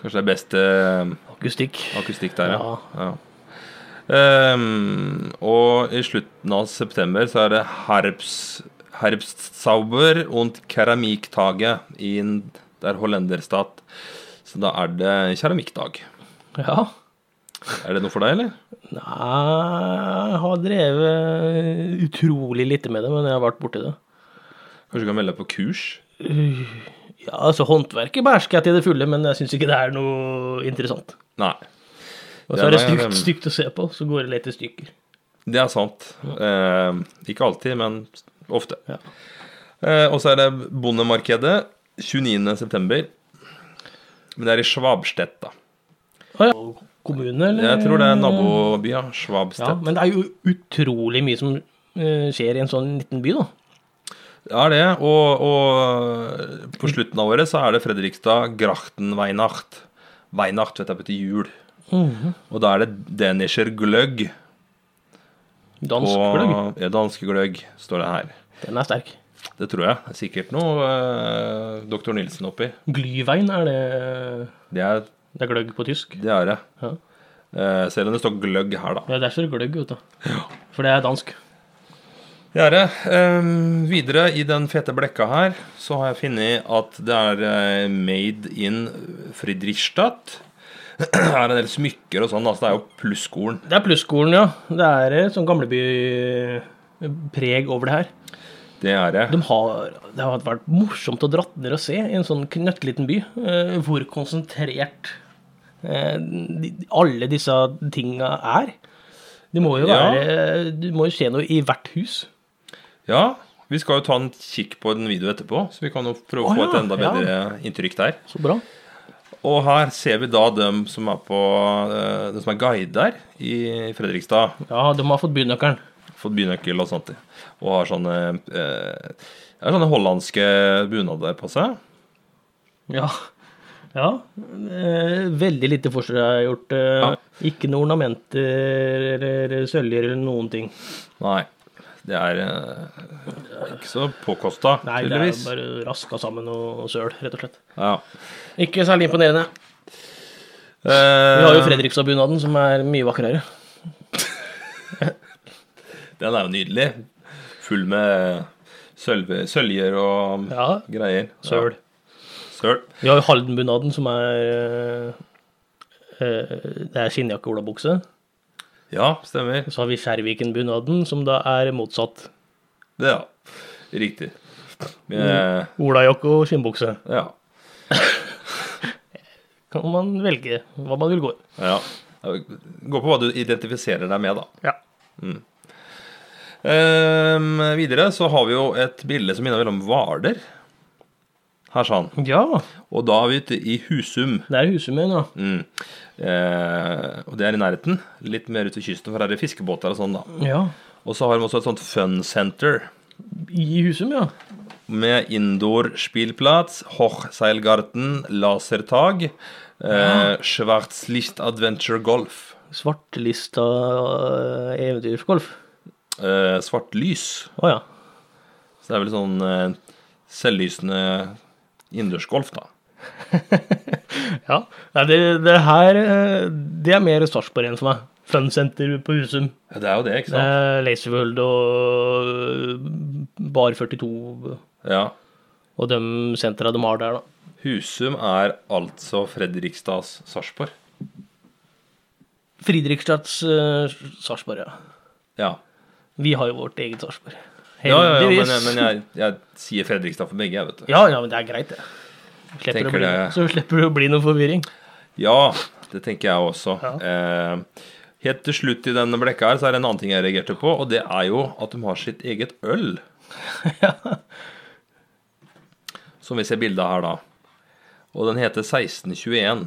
S2: Kanskje det er best eh,
S3: Akustikk.
S2: akustikk der, ja. ja. Ehm, og i slutten av september så er det Herbst, Herbstsauber und Keramiktage i der Hollenderstat. Så da er det keramikkdag.
S3: Ja.
S2: Er det noe for deg, eller?
S3: Nei, jeg har drevet utrolig lite med det, men jeg har vært borti det.
S2: Kanskje du kan melde deg på kurs?
S3: Ja, altså Håndverket behersker jeg til det fulle, men jeg syns ikke det er noe interessant.
S2: Nei.
S3: Og så er det
S2: nei,
S3: stygt, stygt å se på, så går det litt i stykker.
S2: Det er sant. Eh, ikke alltid, men ofte.
S3: Ja.
S2: Eh, og så er det bondemarkedet 29.9. Men det er i Svabstedt, da.
S3: Å ja. Kommune, eller?
S2: Jeg tror det er naboby, ja.
S3: Mm. Ja,
S2: Svabstedt.
S3: men det er jo utrolig mye som eh, skjer i en sånn liten by, da.
S2: Det er det. Og, og på slutten av året så er det Fredrikstad Grachtenweinacht. Weinacht vet jeg betyr jul.
S3: Mhm.
S2: Og da er det Danisher gløgg.
S3: Dansk
S2: og-
S3: gløgg.
S2: Ja, danske gløgg, står det her.
S3: Den er sterk.
S2: Det tror jeg. Det er Sikkert noe eh, Dr. Nilsen oppi.
S3: Glyvein er det eh,
S2: Det er
S3: Det er gløgg på tysk.
S2: det. Er det.
S3: Ja.
S2: Eh, selv om det står gløgg her, da.
S3: Ja, der står det gløgg, vet du. For det er dansk.
S2: Det er det. Ehm, videre i den fete blekka her, så har jeg funnet at det er eh, made in Friedrichstadt. Her er en del smykker og sånn, altså det er jo plusskolen.
S3: Det er plusskolen, ja. Det er eh, sånn gamleby-preg over det her.
S2: Det er det.
S3: De har, det har vært morsomt å dratt ned og se i en sånn knøttliten by. eh, hvor konsentrert eh, de, alle disse tinga er. Det må jo
S2: Ja.
S3: være Det må jo skje noe i hvert hus.
S2: Ja, vi skal jo ta en kikk på en video etterpå, så vi kan jo prøve å
S3: Å
S2: få
S3: ja,
S2: et enda
S3: ja.
S2: bedre inntrykk der.
S3: Så bra.
S2: Og her ser vi da dem som er på eh, De som er guider i Fredrikstad.
S3: Ja, de har fått bynøkkelen.
S2: Fått bynøkkel og sånt. Og har sånne eh, det er sånne hollandske bunader på seg.
S3: Ja. ja. Eh, veldig lite forseggjort. Eh,
S2: Ja.
S3: Ikke noe ornamenter eller søljer eller noen ting.
S2: Nei. Det er eh, ikke så påkosta,
S3: Nei, det er
S2: tydeligvis.
S3: bare raska sammen og søl, rett og slett.
S2: Ja.
S3: Ikke særlig imponerende. Vi har jo
S2: Eh.
S3: Fredrikstad-bunaden, som er mye vakrere.
S2: Den er jo nydelig. Full med sølv- søljer og
S3: Ja,
S2: greier.
S3: søl.
S2: Ja. Søl.
S3: Vi har jo Haldenbunaden, som er eh, eh, Det er skinnjakke og olabukse.
S2: Ja, stemmer.
S3: Så har vi Skjerviken-bunaden, som da er motsatt.
S2: Det, ja. Riktig. Eh,
S3: Olajakke og skinnbukse.
S2: ja.
S3: Kan man velge hva man vil gå i.
S2: ja. Gå på hva du identifiserer deg med, da. Mm.
S3: Ja.
S2: Ehm, videre så har vi jo et bilde som minner veldig om Hvaler. Her sa han.
S3: ja.
S2: Og da er vi ute i Husum.
S3: Det er Husumøyen, ja.
S2: Mm. Eh, og det er i nærheten. Litt mer ut til kysten, for her er det fiskebåter og sånn, da.
S3: ja.
S2: Og så har de også et sånt fun center
S3: I Husum, ja.
S2: med indoor spillplass, Hochseilgarten, lasertag, eh, Schwarzlicht Adventure Golf,
S3: Svartlista eh, eventyrsgolf.
S2: eh, svart lys.
S3: Å ja.
S2: Så det er vel sånn eh, selvlysende innendørsgolf, da.
S3: ja. Nei, det, det her eh, Det er mer Sarpsborg enn for meg. Funsenter på Husum.
S2: Ja, Det er jo det, ikke
S3: Det
S2: sant?
S3: er Lazy World og eh, Bar
S2: Eh,
S3: 42
S2: Ja.
S3: og de sentra de har der, da.
S2: Husum er altså Fredrikstads Sarpsborg.
S3: Fridrikstads eh, Sarpsborg, ja.
S2: Ja.
S3: Vi har jo vårt eget Sarpsborg.
S2: Ja, ja, ja, men,
S3: Heldigvis.
S2: men jeg, jeg sier Fredrikstad for begge, jeg, vet du.
S3: ja, ja, men det er greit, det. Slipper det å
S2: Tenker
S3: bli,
S2: det-
S3: Så slipper det å bli noe forvirring.
S2: Ja, det tenker jeg også. Eh, helt til slutt i denne blekka her, så er det en annen ting jeg reagerte på, og det er jo at de har sitt eget øl. Som vi ser bildet av her, da. Og den heter 1621.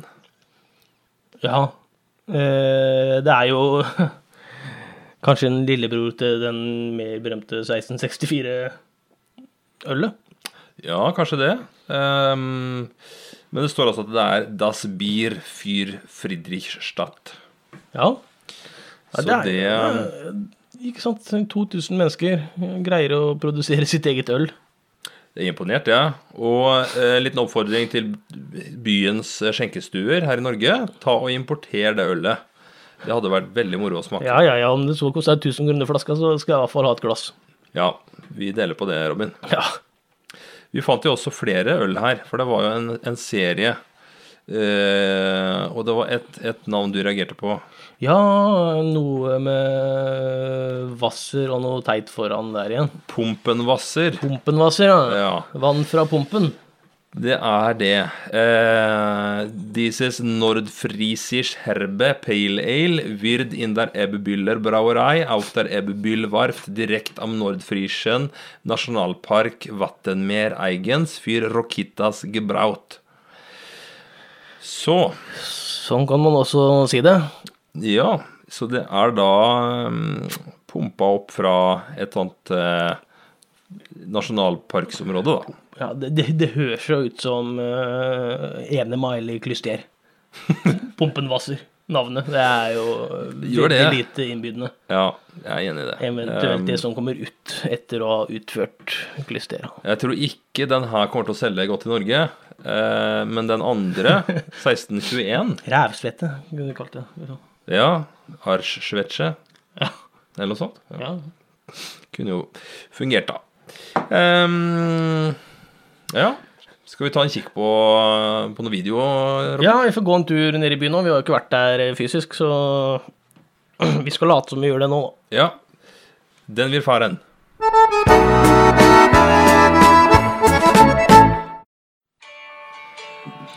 S3: Ja. Eh, det er jo kanskje en lillebror til den mer berømte 1664-ølet.
S2: Ja, kanskje det. Ehm, men det står altså at det er Das Bier für Friedrichstadt.
S3: Ja.
S2: Så
S3: det er-
S2: det,
S3: Ikke sant. 2000 mennesker greier å produsere sitt eget øl.
S2: det er imponert, jeg. Ja. Og eh, en liten oppfordring til byens eh, skjenkestuer her i Norge. Ta og importer det ølet. Det hadde vært veldig moro å smake.
S3: Ja, ja, ja. Om det så koster 1000 kroner flaska, så skal jeg i hvert fall ha et glass.
S2: Ja, vi deler på det, Robin.
S3: Ja.
S2: Vi fant jo også flere øl her, for det var jo en, en serie. Eh, og det var et, et navn du reagerte på.
S3: ja, noe med Hvasser og noe teit foran der igjen.
S2: Pumpenvasser.
S3: Pumpenvasser, ja.
S2: Ja.
S3: Vann fra pumpen.
S2: Det er det. Eh, this is Nordfriesisch Herbe Pale Ale, wird in der Ebbbyller Brauerei auf der Ebbbyllwarft direkt am Nordfriesen Nasjonalpark Vattenmeer eigens für Rokitas Gebraut. Så
S3: Sånn kan man også si det.
S2: Ja, så det er da mm, pumpa opp fra et annet eh, nasjonalparksområde, da.
S3: Ja, det, det, det høres jo ut som uh, Ene Miley Klyster. Pumpenvasser. Navnet. Det er jo
S2: Gjør
S3: veldig
S2: det.
S3: lite innbydende.
S2: Ja, jeg er enig i det.
S3: Eventuelt
S2: Um,
S3: det som kommer ut etter å ha utført Klyster.
S2: Jeg tror ikke den her kommer til å selge godt i Norge, eh, men den andre, 1621,
S3: Rævsvette, kunne vi kalt det.
S2: ja, Arschschwetsche,
S3: Ja.
S2: eller noe sånt, ja.
S3: ja.
S2: kunne jo fungert da. Ehm, ja, skal vi ta en kikk på, på noen video, Robert?
S3: Ja, vi får gå en tur ned i byen nå. Vi har jo ikke vært der eh, fysisk, så vi skal late som vi gjør det nå.
S2: Ja. Den vil faren.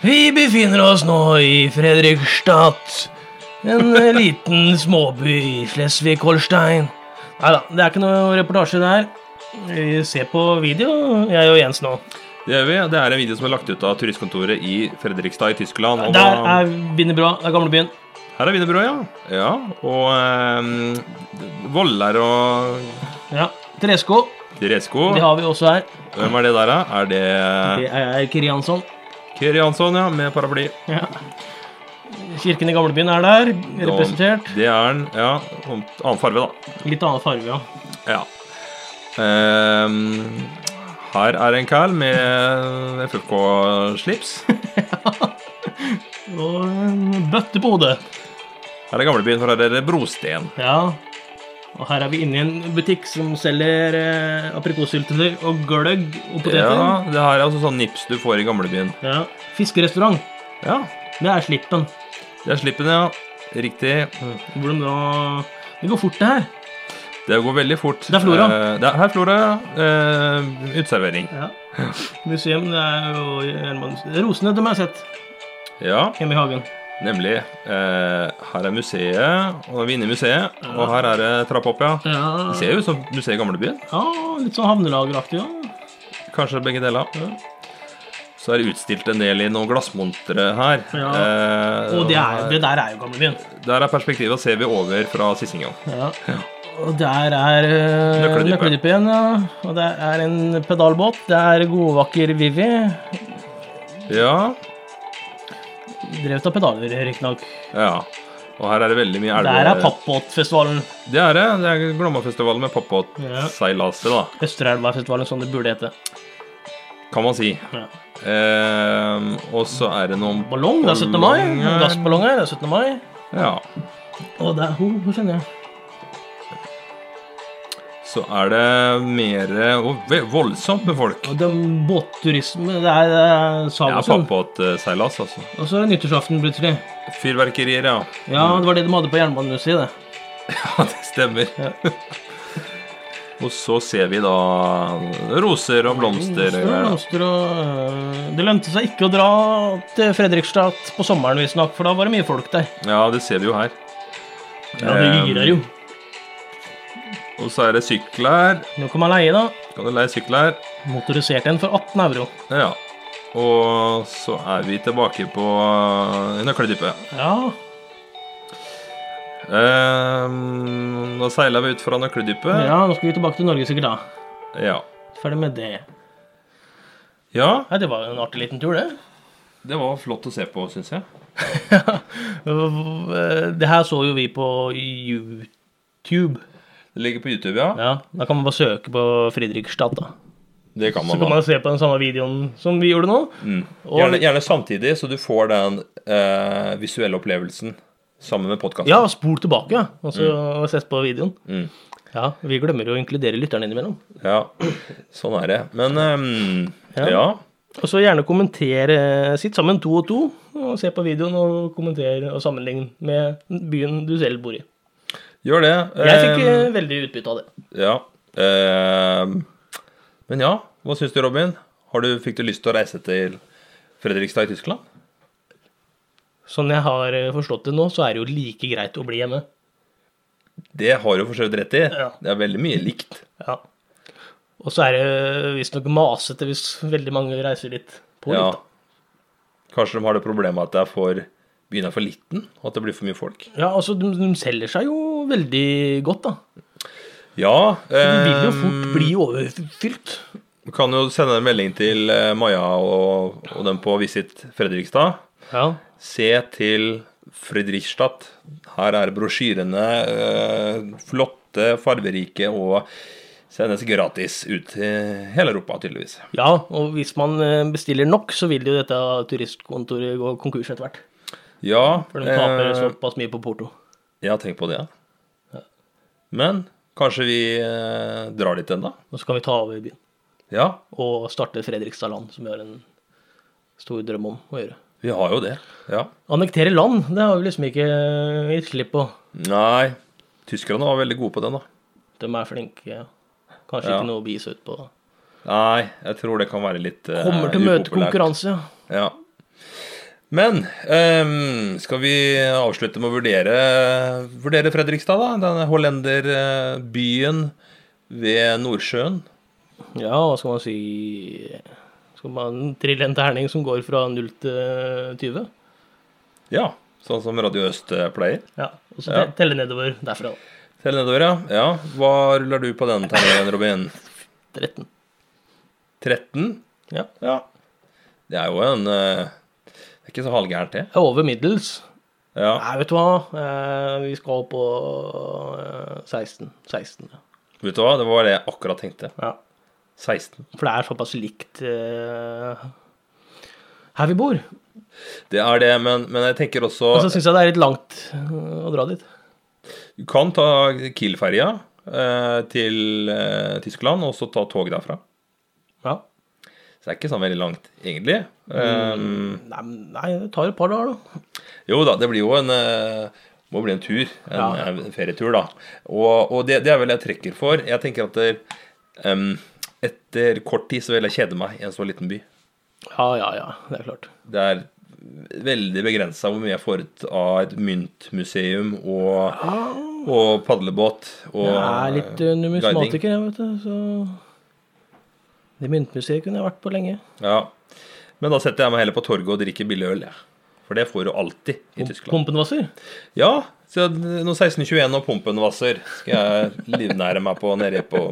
S3: Vi befinner oss nå i Fredrikstad. En eh, liten småby i Slesvig-Holstein. Nei da, det er ikke noe reportasje der. Vi ser på video, jeg og Jens nå.
S2: Det gjør vi. Det er en video som er lagt ut av turistkontoret i Fredrikstad i Tyskland. Og
S3: Der er Vinnerbra. Det er gamlebyen.
S2: her er wienerbrød, ja. ja. Og eh, voller og
S3: Ja. Tresko.
S2: Dresko.
S3: Det har vi også her.
S2: Hvem er det der, da? Er det
S3: Det er Kriansson.
S2: Keri Jansson, ja, med paraply?
S3: Ja. Kirken i gamlebyen er der, representert.
S2: Det er han. Ja. og Annen farge, da.
S3: Litt annen farge, ja.
S2: Ja. Ehm, her er en kæl med FFK-slips.
S3: Og en bøtte på hodet.
S2: Her er gamlebyen, for her er det brosten.
S3: Ja. Og her er vi inne i en butikk som selger eh, aprikossyltetøy og gløgg og poteter.
S2: Ja, det her er altså sånn nips du får i gamlebyen.
S3: Ja. Fiskerestaurant.
S2: Ja,
S3: Det er slippen.
S2: det er slippen, ja. Riktig.
S3: Hvordan da Det går fort, det her.
S2: Det går veldig fort.
S3: Det er Flora.
S2: Eh, det er, her er Flora, ja. Eh, uteservering.
S3: Ja. Museum det er jo Gjermanns- Rosene de har jeg sett
S2: Ja,
S3: hjemme i hagen.
S2: nemlig. Eh, her er museet, og da er vi inne i museet. Og her er det trappa opp, ja.
S3: Ja,
S2: Det ser jo ut som museet i gamlebyen.
S3: ja Litt sånn havnelageraktig. Ja.
S2: Kanskje begge deler. Så er det utstilt en del i noen glassmontre her.
S3: Ja.
S2: Eh,
S3: Og det, er, det der er jo gamlebyen.
S2: Der er perspektivet, ser vi over fra Sissinghå.
S3: Ja. Og der er eh,
S2: Nøkkeldypet.
S3: nøkkeldypet igjen, ja. Og det er en pedalbåt. Det er godvakker Vivi.
S2: Ja,
S3: Drevet av pedaler, riktignok.
S2: ja. Og her er det veldig mye elver.
S3: Der er Pappbåtfestivalen.
S2: Det er det. Det er Glomma-festivalen med
S3: Ja.
S2: pappbåtseilaset, da,
S3: Østerelva-festivalen, som det burde hete.
S2: kan man si.
S3: Ja.
S2: Ehm, og så er det noen
S3: Ballong, det er 17. mai.
S2: ballonger.
S3: Gassballonger, det er 17. mai.
S2: Ja.
S3: Og det er ho, hvor kjenner jeg.
S2: Så er det mer og ve- voldsomt med folk.
S3: Og det er båtturisme, det er, det er
S2: Ja, altså.
S3: Sagasund.
S2: pappbåtseilas, altså.
S3: og så er det nyttårsaften, plutselig.
S2: Fyrverkerier, ja.
S3: Ja, det var det de hadde på Jernbanemuseet, det.
S2: Ja, det stemmer. og så ser vi da roser og blomster.
S3: Så blomster og øh, Det lønte seg ikke å dra til Fredrikstad på sommeren, visstnok, for da var det mye folk der.
S2: Ja, det ser vi jo her.
S3: Ja, det gyrer jo.
S2: Og så er det sykler.
S3: Nå kan man leie, da.
S2: Kan du leie sykler?
S3: Motorisert en for 18 euro.
S2: Ja. Og så er vi tilbake på eh, nøkkeldypet.
S3: Ja,
S2: Ehm, da seiler vi ut fra nøkkeldypet.
S3: ja nå skal vi tilbake til Norge, sikkert, da.
S2: Ja.
S3: Ferdig med det.
S2: Ja,
S3: Nei, Det var jo en artig liten tur, det.
S2: det var flott å se på, syns jeg.
S3: det her så jo vi på YouTube.
S2: Det ligger på YouTube, ja.
S3: Ja, Da kan man bare søke på Fredrikstad. da.
S2: Det kan
S3: Så
S2: man
S3: kan
S2: da.
S3: man se på den samme videoen som vi gjorde nå.
S2: Mm. Gjerne, gjerne samtidig, så du får den eh, visuelle opplevelsen sammen med podkasten.
S3: Ja, spol tilbake, ja. Og så ses på videoen.
S2: Mm.
S3: Ja, Vi glemmer jo å inkludere lytterne innimellom.
S2: Sånn er det. Men ehm,
S3: Ja.
S2: ja.
S3: Og så gjerne kommentere. eh, Sitt sammen to og to, og se på videoen og kommentere og sammenligne med byen du selv bor i.
S2: Gjør det.
S3: Jeg fikk
S2: Ehm,
S3: eh, veldig utbytte av det.
S2: Ja. Eh, ehm, men ja, hva syns du, Robin? Har du, fikk du lyst til å reise til Fredrikstad i Tyskland?
S3: Sånn jeg har eh, forstått det nå, så er det jo like greit å bli hjemme.
S2: Det har du for så vidt rett i.
S3: Ja.
S2: Det er veldig mye likt.
S3: Ja. Og så er det eh, visstnok masete hvis veldig mange reiser litt på
S2: Ja.
S3: litt.
S2: Kanskje de har det problemet at det er for byen er for liten, og at det blir for mye folk.
S3: da. Ja, altså, de, de selger seg jo veldig godt, da.
S2: Ja.
S3: De vil jo fort
S2: ehm,
S3: bli overfylt.
S2: Du kan jo sende en melding til eh, Maja og, og dem på Visit Fredrikstad.
S3: Ja.
S2: Se til Fredrikstad. Her er brosjyrene eh, flotte, farverike og sendes gratis ut til hele Europa, tydeligvis.
S3: ja, og hvis man eh, bestiller nok, så vil jo dette turistkontoret gå konkurs etter hvert.
S2: Ja,
S3: For de taper sånn.
S2: eh,
S3: såpass mye på porto.
S2: ja tenk på det. Men kanskje vi eh, drar dit ennå?
S3: Og så kan vi ta over byen
S2: Ja,
S3: og starte Fredrikstad land, som vi har en stor drøm om å gjøre.
S2: vi har jo det. Ja.
S3: Annektere land, det har vi liksom ikke gitt slipp på.
S2: Nei, tyskerne var veldig gode på den, da.
S3: De er flinke. Kanskje
S2: Ja.
S3: ikke noe å bise ut på. da.
S2: Nei, jeg tror det kan være litt eh,
S3: Kommer til å møte
S2: upopulært.
S3: konkurranse.
S2: Ja. Men ehm, skal vi avslutte med å vurdere, vurdere Fredrikstad, da? Denne hollenderbyen ved Nordsjøen.
S3: Ja, hva skal man si Skal man trille en terning som går fra 0 til eh, 20?
S2: Ja, sånn som Radio Øst eh, pleier.
S3: Ja, og så
S2: Ja.
S3: te- telle nedover derfra. da.
S2: Selv nedover, ja. ja. Hva ruller du på den terningen, Robin?
S3: 13.
S2: 13?
S3: Ja.
S2: Ja. Det er jo en eh, Det er ikke så halvgærent, det.
S3: Det er Over middels.
S2: Ja.
S3: Nei, vet du hva, eh, vi skal på eh, 16. 16 ja.
S2: Vet du hva, det var det jeg akkurat tenkte.
S3: ja.
S2: 16.
S3: For det er såpass likt eh, her vi bor.
S2: Det er det, men, men jeg tenker også
S3: Og så syns jeg det er litt langt eh, å dra dit.
S2: Du kan ta Kiel-ferja eh, til eh, Tyskland, og så ta tog derfra.
S3: Ja.
S2: Så det er ikke sånn veldig langt, egentlig.
S3: Mm.
S2: Um,
S3: Nei, men- nei, det tar et par dager, da.
S2: jo da, det blir jo en eh, må bli en tur. En,
S3: Ja.
S2: en ferietur, da. Og, og det, det er vel jeg trekker for. Jeg tenker at det, em, etter kort tid så vil jeg kjede meg i en så liten by.
S3: Ja, ja, ja. Det er klart.
S2: Det er veldig begrensa hvor mye jeg får ut av et myntmuseum og, og padlebåt og
S3: Jeg Ah. er litt eh, numismatiker, jeg, vet du. Så det myntmuseet kunne jeg vært på lenge.
S2: Ja. Men da setter jeg meg heller på torget og drikker billig øl, jeg. For det får du alltid i Tyskland.
S3: Pumpenvasser.
S2: Ja, så noen 1621 og pumpenvasser skal jeg livnære meg på nede på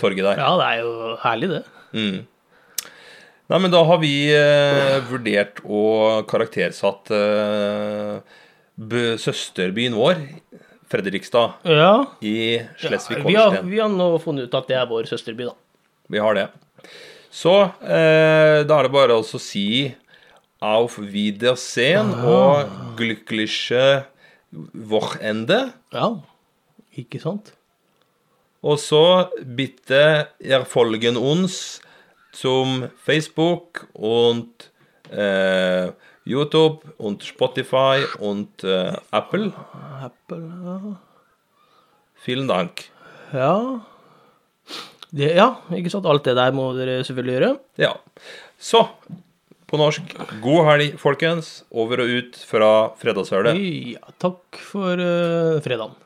S2: torget der.
S3: Ja, det er jo herlig, det.
S2: Nei, men da har vi eh, vurdert og karaktersatt eh, bø- søsterbyen vår, Fredrikstad,
S3: Ja.
S2: i
S3: vi, har,
S2: Slesvig-Holsten.
S3: vi har nå funnet ut at det er vår søsterby, da.
S2: Vi har det. Så eh, da er det bare å si auf Wiedersehen og glückliche Wochenende.
S3: Ja, ikke sant?
S2: Og så bitte erfolgen uns zum Facebook und eh, YouTube und Spotify und eh, Apple.
S3: Apple, ja.
S2: Vielen Dank.
S3: Ja. Det, ja, ikke sant. Alt det der må dere selvfølgelig gjøre.
S2: Ja. Så på norsk god helg, folkens. Over og ut fra fredagshølet.
S3: Ja, takk for eh, fredagen.